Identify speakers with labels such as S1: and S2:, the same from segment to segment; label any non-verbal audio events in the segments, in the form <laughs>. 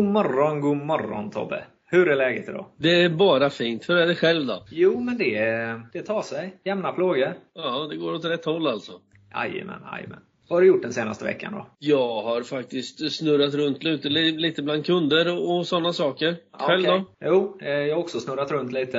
S1: morgon, god morgon Tobbe! Hur är läget idag?
S2: Det är bara fint. Hur är det själv då?
S1: Jo, men det, det tar sig. Jämna plågor.
S2: Ja, det går åt rätt håll alltså.
S1: Jajamän, jajamän. Vad har du gjort den senaste veckan då?
S2: Jag har faktiskt snurrat runt lite, lite bland kunder och, och sådana saker.
S1: Ja,
S2: Själv
S1: okej.
S2: då?
S1: Jo, eh, jag har också snurrat runt lite.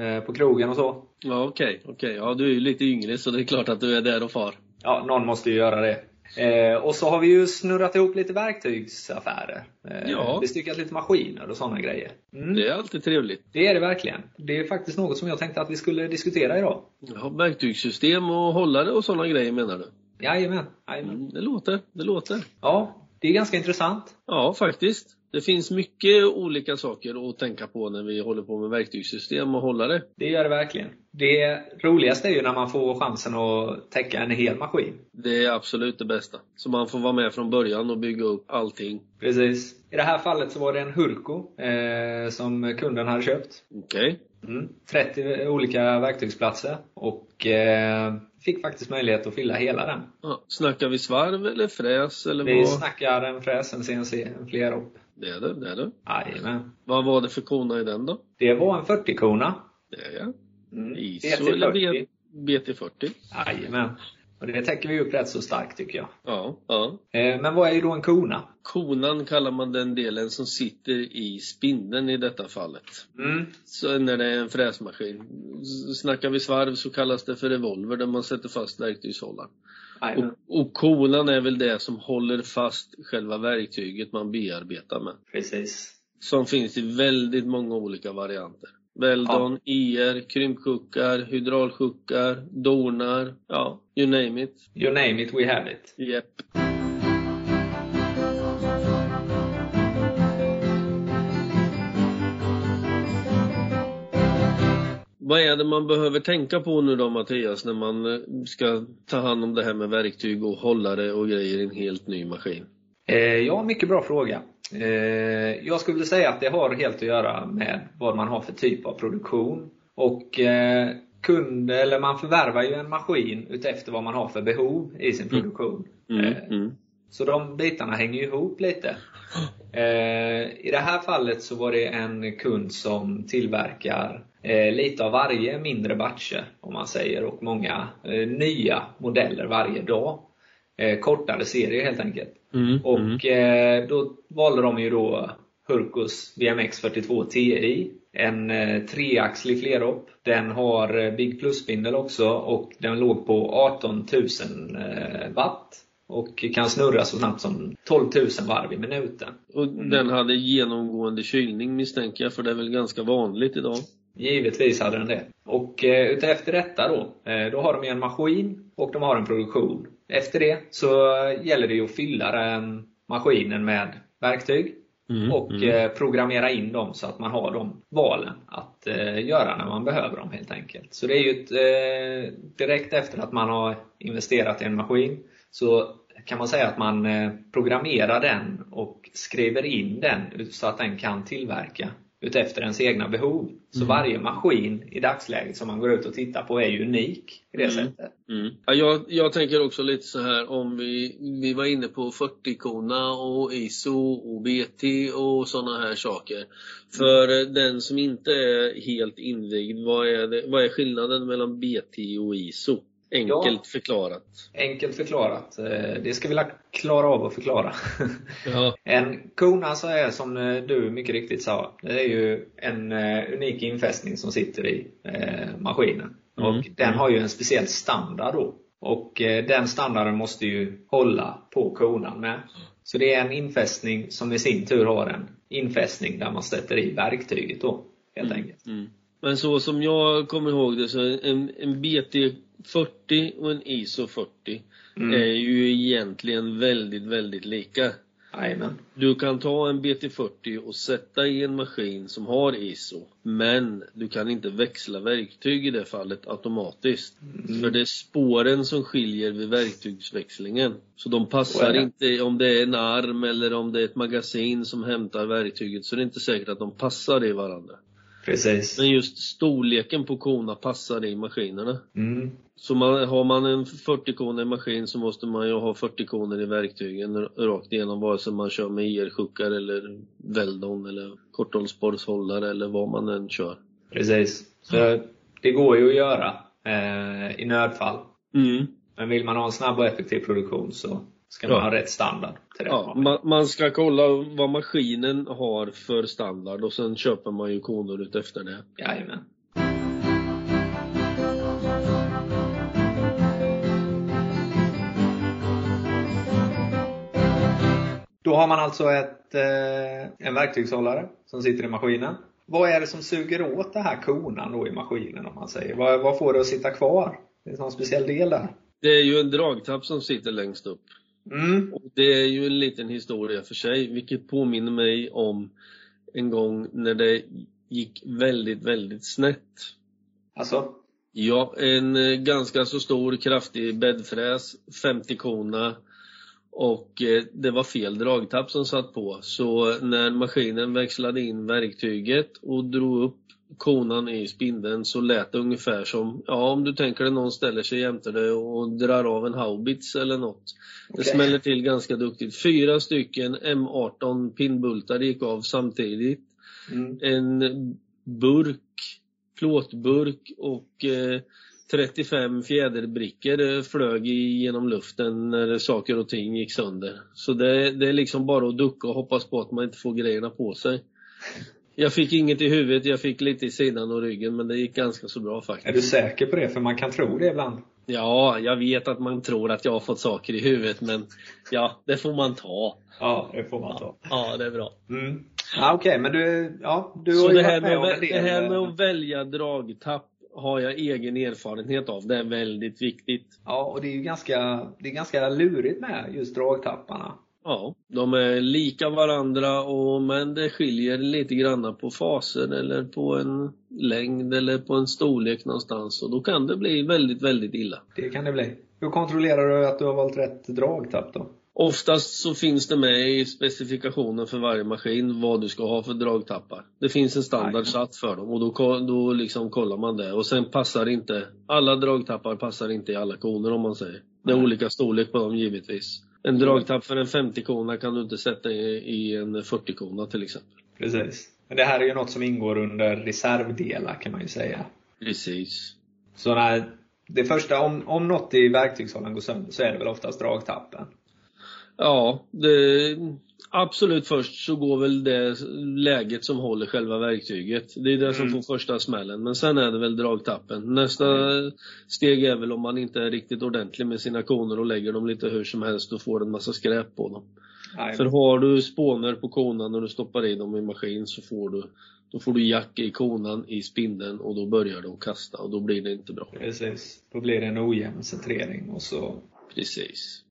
S1: eh, På krogen och så.
S2: Ja, okej. okej. Ja, du är ju lite yngre så det är klart att du är där och far.
S1: Ja, någon måste ju göra det. Eh, och så har vi ju snurrat ihop lite verktygsaffärer. Eh,
S2: Ja.
S1: Bestyckat lite maskiner och sådana grejer. Mm,
S2: Det är alltid trevligt.
S1: det är det verkligen. Det är faktiskt något som jag tänkte att vi skulle diskutera idag.
S2: Ja, verktygssystem och hållare och sådana grejer menar du?
S1: Jajamän, jajamän.
S2: Mm, det låter, det låter.
S1: Ja, det är ganska intressant.
S2: Ja, faktiskt. Det finns mycket olika saker att tänka på när vi håller på med verktygssystem och hållare.
S1: Det gör det verkligen. Det roligaste är ju när man får chansen att täcka en hel maskin.
S2: Det är absolut det bästa. Så man får vara med från början och bygga upp allting.
S1: Precis. I det här fallet så var det en Hurko eh, som kunden hade köpt.
S2: Okej.
S1: Mm. 30 olika verktygsplatser och eh, fick faktiskt möjlighet att fylla hela den.
S2: Ja. Snackar vi svarv eller fräs eller
S1: Vi
S2: vad?
S1: snackar en fräs, en CNC, en flerop.
S2: Det är det, det är det.
S1: Jajamän.
S2: Vad var det för kona i den då?
S1: Det var en 40-kona.
S2: Det är jag.
S1: Mm.
S2: ISO eller B-
S1: BT40.
S2: BT40?
S1: Jajamän. Och det täcker vi upp rätt så starkt tycker jag.
S2: Ja, ja.
S1: Eh, men vad är ju då en kona?
S2: Konan kallar man den delen som sitter i spindeln i detta fallet.
S1: Mm.
S2: Så när det är en fräsmaskin. S- Snackar vi svarv så kallas det för revolver där man sätter fast verktygshållaren.
S1: Jajamän.
S2: Och, och konan är väl det som håller fast själva verktyget man bearbetar med.
S1: Precis.
S2: Som finns i väldigt många olika varianter. Weldon, IR, krympsjuckar, hydraulsjuckar, donar, ja, you name it.
S1: You name it, we have it.
S2: Yep. Vad är det man behöver tänka på nu då Mattias när man eh, ska ta hand om det här med verktyg och hållare och grejer i en helt ny maskin?
S1: Eh, ja, mycket bra fråga. Eh, jag skulle säga att det har helt att göra med vad man har för typ av produktion. Och eh, kund, eller man förvärvar ju en maskin utefter vad man har för behov i sin produktion.
S2: Mm,
S1: Eh,
S2: mm.
S1: Så de bitarna hänger ju ihop lite. Eh, I det här fallet så var det en kund som tillverkar eh, lite av varje mindre batcher, om man säger, och många eh, nya modeller varje dag. Eh, kortare serier helt enkelt.
S2: Mm, mm.
S1: Och eh, då valde de ju då Hurkos VMX 42 TI. En eh, treaxlig flerhopp. Den har eh, Big Plus-spindel också och den låg på 18 000 eh, watt. Och kan snurra så snabbt som 12 000 varv i minuten.
S2: Och den hade genomgående kylning misstänker jag, för det är väl ganska vanligt idag?
S1: Givetvis hade den det. Och eh, utefter detta då, eh, då har de ju en maskin och de har en produktion. Efter det så eh, gäller det ju att fylla den maskinen med verktyg. och eh, programmera in dem så att man har de valen att eh, göra när man behöver dem helt enkelt. Så det är ju ett, eh, direkt efter att man har investerat i en maskin så kan man säga att man eh, programmerar den och skriver in den så att den kan tillverka utefter ens egna behov. Så varje maskin i dagsläget som man går ut och tittar på är ju unik i det
S2: Mm.
S1: sättet.
S2: Mm. Ja, jag, jag tänker också lite så här om vi, vi var inne på 40-korna och ISO och BT och sådana här saker. För eh, den som inte är helt invigd, vad är, det, vad är skillnaden mellan BT och ISO? Enkelt förklarat.
S1: Enkelt förklarat. Eh, det ska vi la- klara av att förklara. <laughs>
S2: Ja.
S1: En kona så är som eh, du mycket riktigt sa, det är ju en eh, unik infästning som sitter i eh, maskinen.
S2: Mm.
S1: Och den har ju en speciell standard då. Och eh, den standarden måste ju hålla på konan med. Så det är en infästning som i sin tur har en infästning där man sätter i verktyget då, helt enkelt.
S2: Mm. Men så som jag kommer ihåg det så en, en BT 40 och en ISO 40 är ju egentligen väldigt, väldigt lika.
S1: Jajamän.
S2: Du kan ta en BT40 och sätta i en maskin som har ISO. Men du kan inte växla verktyg i det fallet automatiskt. För det är spåren som skiljer vid verktygsväxlingen. Så de
S1: Så är
S2: passar
S1: det.
S2: inte om det är en arm eller om det är ett magasin som hämtar verktyget. Så det är inte säkert att de passar i varandra.
S1: Precis.
S2: Men just storleken på korna passar i maskinerna.
S1: Mm.
S2: Så man, har man en 40 koner i maskin så måste man ju ha 40 koner i verktygen r- rakt igenom vare sig man kör med IR-sjuckar eller Veldon eller korthållsborrshållare eller vad man än kör.
S1: Precis.
S2: Mm.
S1: Så det går ju att göra eh, i nödfall.
S2: Mm.
S1: Men vill man ha en snabb och effektiv produktion så ska man
S2: Ja.
S1: ha rätt standard till det.
S2: Ja, man, man ska kolla vad maskinen har för standard och sen köper man ju konor ut efter det.
S1: Jajamän. Då har man alltså ett, eh, en verktygshållare som sitter i maskinen. Vad är det som suger åt den här konan då i maskinen om man säger? Vad, vad får det att sitta kvar? Det är någon speciell del där?
S2: Det är ju en dragtapp som sitter längst upp.
S1: Mm.
S2: Och det är ju en liten historia för sig, vilket påminner mig om en gång när det gick väldigt, väldigt snett.
S1: Alltså,
S2: Ja, en eh, ganska så stor kraftig bäddfräs, 50 korna och eh, det var fel dragtapp som satt på. Så eh, när maskinen växlade in verktyget och drog upp konan i spindeln så lät det ungefär som, ja om du tänker dig någon ställer sig jämte dig och drar av en haubits eller något. Det
S1: Okej.
S2: smäller till ganska duktigt. Fyra stycken M18 pinnbultar gick av samtidigt
S1: mm.
S2: en burk, plåtburk och eh, 35 fjäderbrickor eh, flög i- genom luften när saker och ting gick sönder. Så det, det är liksom bara att ducka och hoppas på att man inte får grejerna på sig. Jag fick inget i huvudet, jag fick lite i sidan och ryggen men det gick ganska så bra
S1: är
S2: faktiskt.
S1: du säker på det? För man kan tro det ibland.
S2: Ja, jag vet att man tror att jag har fått saker i huvudet men ja, det får man ta.
S1: Ja, det får man ta.
S2: Ja, det är bra.
S1: Mm. Ja, Okej, men du, ja, du
S2: så
S1: har ju
S2: det här,
S1: varit med
S2: med
S1: om
S2: att,
S1: en
S2: vä-
S1: del.
S2: det här med
S1: eh,
S2: att välja dragtapp har jag egen erfarenhet av. Det är väldigt viktigt.
S1: Ja, och det är ju ganska, det är ganska lurigt med just dragtapparna.
S2: Ja, de är lika varandra och, men det skiljer lite grann på faser eller på en längd eller på en storlek någonstans och då kan det bli väldigt, väldigt illa.
S1: Det kan det bli. Hur kontrollerar du att du har valt rätt dragtapp då?
S2: Oftast så finns det med i specifikationen för varje maskin vad du ska ha för dragtappar. Det finns en standard satt för dem och då, ko- då liksom kollar man det. Och sen passar inte, alla dragtappar passar inte i alla koner om man säger. Det är
S1: Nej.
S2: olika storlek på dem givetvis. En dragtapp för en 50-kona kan du inte sätta i, i en 40-kona till exempel.
S1: Precis. Men det här är ju något som ingår under reservdelar kan man ju säga.
S2: Precis.
S1: Så när det första, om, om något i verktygshållaren går sönder så är det väl oftast dragtappen.
S2: Ja, det, absolut först så går väl det läget som håller själva verktyget. Det är det som
S1: Mm.
S2: får första smällen. Men sen är det väl dragtappen. Nästa
S1: Mm.
S2: steg är väl om man inte är riktigt ordentlig med sina koner och lägger dem lite hur som helst och får en massa skräp på dem.
S1: Nej,
S2: För har du spåner på konan när du stoppar i dem i maskin så får du då får du jack i konan i spindeln och då börjar de kasta och då blir det inte bra.
S1: Precis. Då blir det en ojämn centrering och så...
S2: Precis.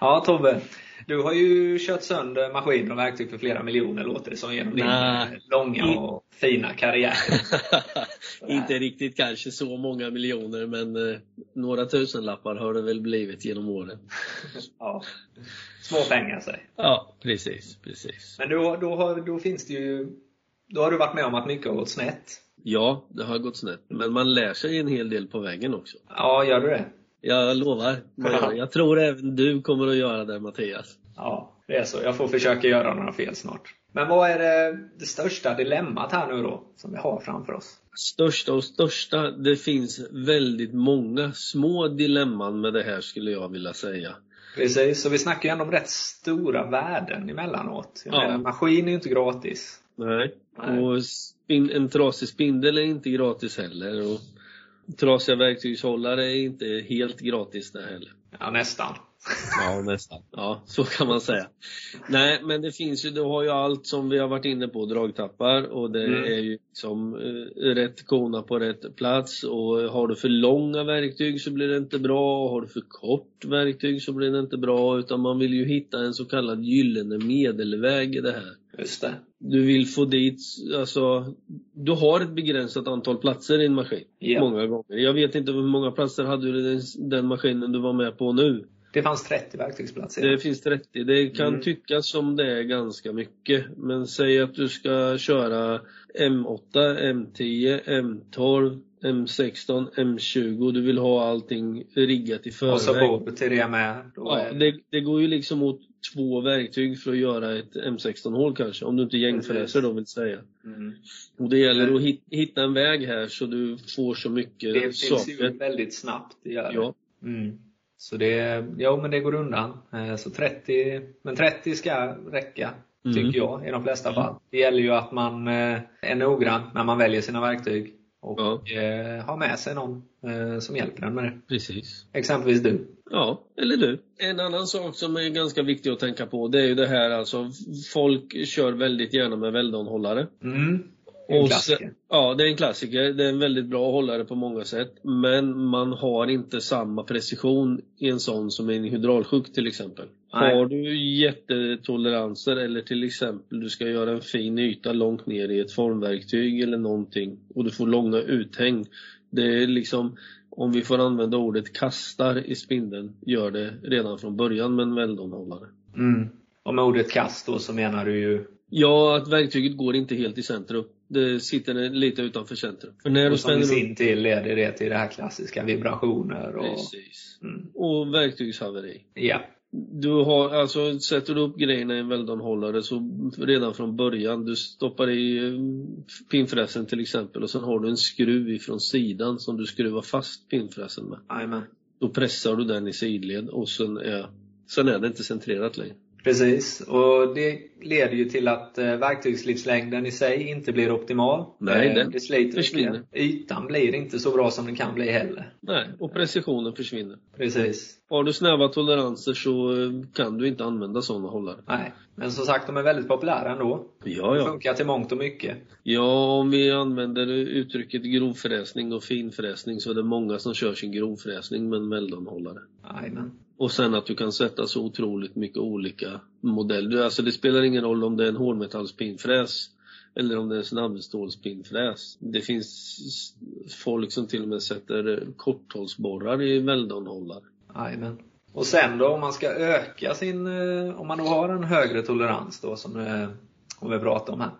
S1: Ja Tobbe, du har ju kört sönder maskiner och verktyg för flera miljoner låter det som genom din
S2: Nej.
S1: eh, långa och fina karriär.
S2: <laughs> inte riktigt kanske så många miljoner men eh, några tusenlappar har det väl blivit genom åren.
S1: Ja. Små pengar säg.
S2: Ja, precis, precis.
S1: Men då, då, har, då finns det ju... Då har du varit med om att mycket har gått snett.
S2: Ja, det har gått snett. Men man lär sig en hel del på vägen också.
S1: Ja, gör du det?
S2: Jag lovar. man gör det. Jag tror även du kommer att göra det Mattias.
S1: Ja, det är så. Jag får försöka göra några fel snart. Men vad är det, det största dilemmat här nu då, som vi har framför oss?
S2: Största och största, det finns väldigt många små dilemman med det här skulle jag vilja säga.
S1: Precis, så vi snackar ju ändå om rätt stora värden emellanåt. Jag
S2: Ja.
S1: menar, en maskin är ju inte gratis.
S2: Nej.
S1: Nej.
S2: Och spin, en trasig spindel är inte gratis heller. Och trasiga verktygshållare är inte helt gratis det heller.
S1: Ja, nästan.
S2: Ja, nästan. Ja, så kan man säga. Nej, men det finns ju, du har ju allt som vi har varit inne på, dragtappar och det
S1: Mm.
S2: är ju liksom eh, rätt kona på rätt plats och har du för långa verktyg så blir det inte bra och har du för kort verktyg så blir det inte bra utan man vill ju hitta en så kallad gyllene medelväg i det här
S1: Just det.
S2: du vill få dit, alltså, du har ett begränsat antal platser i en maskin.
S1: Ja.
S2: Många gånger. Jag vet inte hur många platser hade du i den, den maskinen du var med på nu.
S1: Det fanns 30 verktygsplatser.
S2: Det finns 30. Det kan
S1: Mm.
S2: tyckas som det är ganska mycket. Men säg att du ska köra M8, M10, M12, M16, M20. Du vill ha allting riggat i förväg.
S1: Och så bor till det med. Då
S2: Ja,
S1: är-
S2: det, det går ju liksom åt två verktyg för att göra ett M16-hål kanske, om du inte gängfräser då vill säga.
S1: Mm.
S2: Och det gäller att hit- hitta en väg här så du får så mycket
S1: Det finns
S2: saker.
S1: ju väldigt snabbt. Det gör det.
S2: Ja,
S1: Mm. Så det, jo men det går undan. Eh, Så 30, men 30 ska räcka,
S2: Mm.
S1: tycker jag i de flesta fall. Det gäller ju att man eh, är noggrann när man väljer sina verktyg och
S2: Ja.
S1: eh, har med sig någon eh, som hjälper en med det.
S2: precis.
S1: Exempelvis du.
S2: Ja, eller du. En annan sak som är ganska viktig att tänka på det är ju det här alltså, folk kör väldigt gärna med väldanhållare.
S1: Mm. Det är en
S2: Och
S1: klassiker.
S2: sen, ja, det är en klassiker. Det är en väldigt bra hållare på många sätt. Men man har inte samma precision i en sån som i en hydraulsjuk till exempel.
S1: Nej.
S2: Har du jättetoleranser eller till exempel du ska göra en fin yta långt ner i ett formverktyg eller någonting och du får långa uthäng. Det är liksom, om vi får använda ordet kastar i spindeln, gör det redan från början med en väldomhållare.
S1: Mm. Och med ordet kast då så menar du ju
S2: Ja, att verktyget går inte helt i centrum. Det sitter lite utanför centrum. För när du
S1: och som i
S2: spänner upp...
S1: sin tur leder det till det här klassiska vibrationer och...
S2: Precis.
S1: Mm.
S2: Och verktygshaveri.
S1: Ja.
S2: Du har, alltså, sätter du upp grejerna i en väldanhållare så redan från början, du stoppar i eh, pinfräsen till exempel och sen har du en skruv ifrån sidan som du skruvar fast pinfräsen med.
S1: Jajamän.
S2: Då pressar du den i sidled och sen är, sen är det inte centrerat längre.
S1: Precis, och det leder ju till att eh, verktygslivslängden i sig inte blir optimal.
S2: Nej,
S1: Eh,
S2: den
S1: det sliter
S2: försvinner.
S1: mycket. Ytan blir inte så bra som den kan bli heller.
S2: Nej, och precisionen försvinner.
S1: Precis.
S2: Har du snäva toleranser så eh, kan du inte använda sådana hållare.
S1: Nej. Men som sagt, de är väldigt populära ändå.
S2: Ja,
S1: De
S2: ja.
S1: funkar till mångt och mycket.
S2: Ja, om vi använder uttrycket grovfräsning och finfräsning så är det många som kör sin grovfräsning med en mellanhållare.
S1: Jajamän.
S2: Och sen att du kan sätta så otroligt mycket olika modeller. Alltså det spelar ingen roll om det är en hårdmetallspinnfräs eller om det är en snabbstålspinnfräs. Det finns s- folk som till och med sätter korthållsborrar i väldanhållare.
S1: Jajamän. Och sen då, om man ska öka sin... eh, Om man då har en högre tolerans då, som, eh, som vi pratade om här.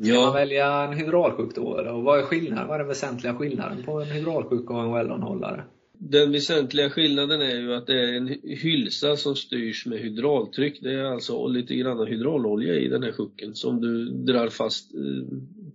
S1: Ska man
S2: Ja,
S1: välja en hydraulsjuk då, eller? Och vad är skillnaden? Vad är den väsentliga skillnaden på en hydraulsjuk och en wellonhållare?
S2: den väsentliga skillnaden är ju att det är en hy- hylsa som styrs med hydraultryck. Det är alltså lite grann hydraulolja i den här sjuken som du drar fast eh,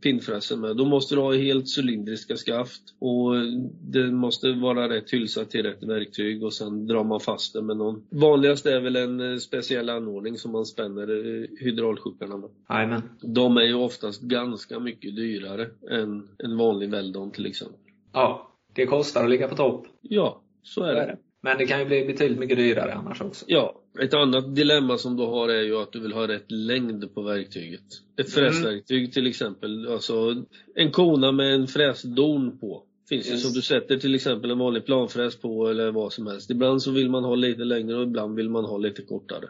S2: pinnfräsen med. Då måste du ha helt cylindriska skaft och eh, det måste vara rätt hylsa till rätt verktyg och sen drar man fast det med någon. Vanligast är väl en eh, speciell anordning som man spänner eh, hydraulsjukarna med.
S1: Jajamän.
S2: De är ju oftast ganska mycket dyrare än en vanlig Weldon till exempel.
S1: Ja, det kostar att ligga på topp.
S2: Ja, så är
S1: Så är
S2: det.
S1: det. Men det kan ju bli betydligt mycket dyrare annars också.
S2: Ja, ett annat dilemma som du har är ju att du vill ha rätt längd på verktyget. Ett
S1: Mm.
S2: fräsverktyg till exempel, alltså en kona med en fräsdon på. Finns ju
S1: Yes.
S2: som du sätter till exempel en vanlig planfräs på eller vad som helst. Ibland så vill man ha lite längre och ibland vill man ha lite kortare.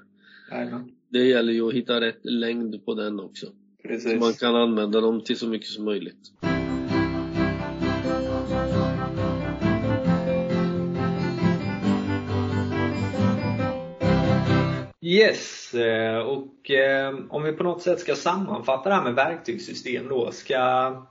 S1: Jajamän.
S2: Det gäller ju att hitta rätt längd på den också. Så
S1: Precis.
S2: man kan använda dem till så mycket som möjligt.
S1: Yes, eh, och eh, om vi på något sätt ska sammanfatta det här med verktygssystem då. Ska,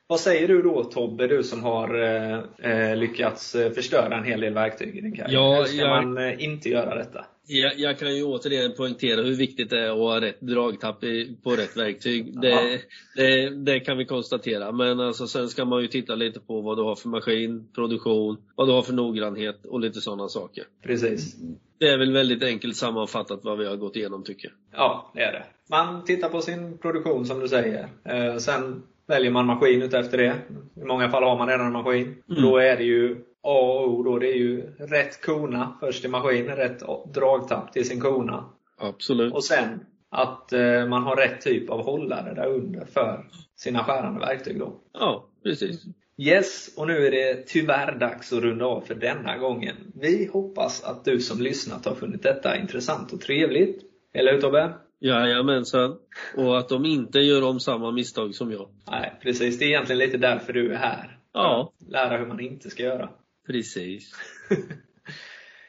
S1: vad säger du då Tobbe, du som har eh, eh, lyckats eh, förstöra en hel del verktyg i din karriär?
S2: Ja,
S1: Hur ska
S2: jag-
S1: man eh, inte göra detta?
S2: Jag, jag kan ju återigen poängtera hur viktigt det är att ha rätt dragtapp i, på rätt verktyg.
S1: Ja.
S2: Det, det, det kan vi konstatera. Men alltså, sen ska man ju titta lite på vad du har för maskin, produktion, vad du har för noggrannhet och lite sådana saker.
S1: Precis.
S2: Det är väl väldigt enkelt sammanfattat vad vi har gått igenom tycker jag.
S1: Ja, det är det. Man tittar på sin produktion som du säger. Eh, sen väljer man maskin utefter det. I många fall har man redan en maskin.
S2: Mm.
S1: Då är det ju A och O då. Det är ju rätt kona först i maskin, rätt dragtapp till sin kona.
S2: Absolut.
S1: Och sen att eh, man har rätt typ av hållare där under för sina skärande verktyg då.
S2: Ja, precis.
S1: Yes, och nu är det tyvärr dags att runda av för denna gången. Vi hoppas att du som lyssnat har funnit detta intressant och trevligt. Eller hur Tobbe?
S2: Jajamensan. Och att de inte gör om samma misstag som jag.
S1: Nej, precis. Det är egentligen lite därför du är här.
S2: Ja,
S1: Lära hur man inte ska göra. <laughs>
S2: precis.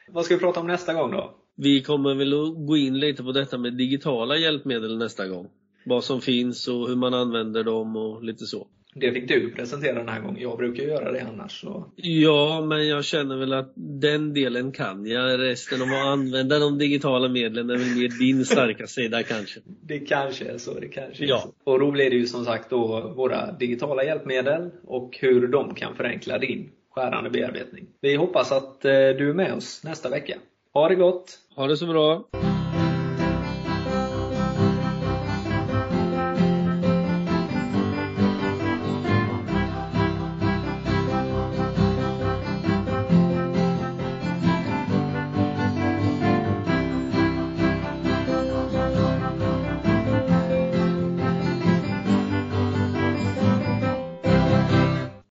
S1: Vad ska vi prata om nästa gång då?
S2: Vi kommer väl att gå in lite på detta med digitala hjälpmedel nästa gång. Vad som finns och hur man använder dem och lite så.
S1: Det fick du presentera den här gången. Jag brukar ju göra det annars. Så.
S2: Ja, men jag känner väl att den delen kan jag. Resten om att använda de digitala medlen är väl mer din starka sida kanske.
S1: Det kanske är så. Det kanske är
S2: Ja.
S1: så. Och då blir det ju som sagt då våra digitala hjälpmedel och hur de kan förenkla din skärande bearbetning. Vi hoppas att eh, du är med oss nästa vecka. Ha det gott!
S2: Ha det så bra!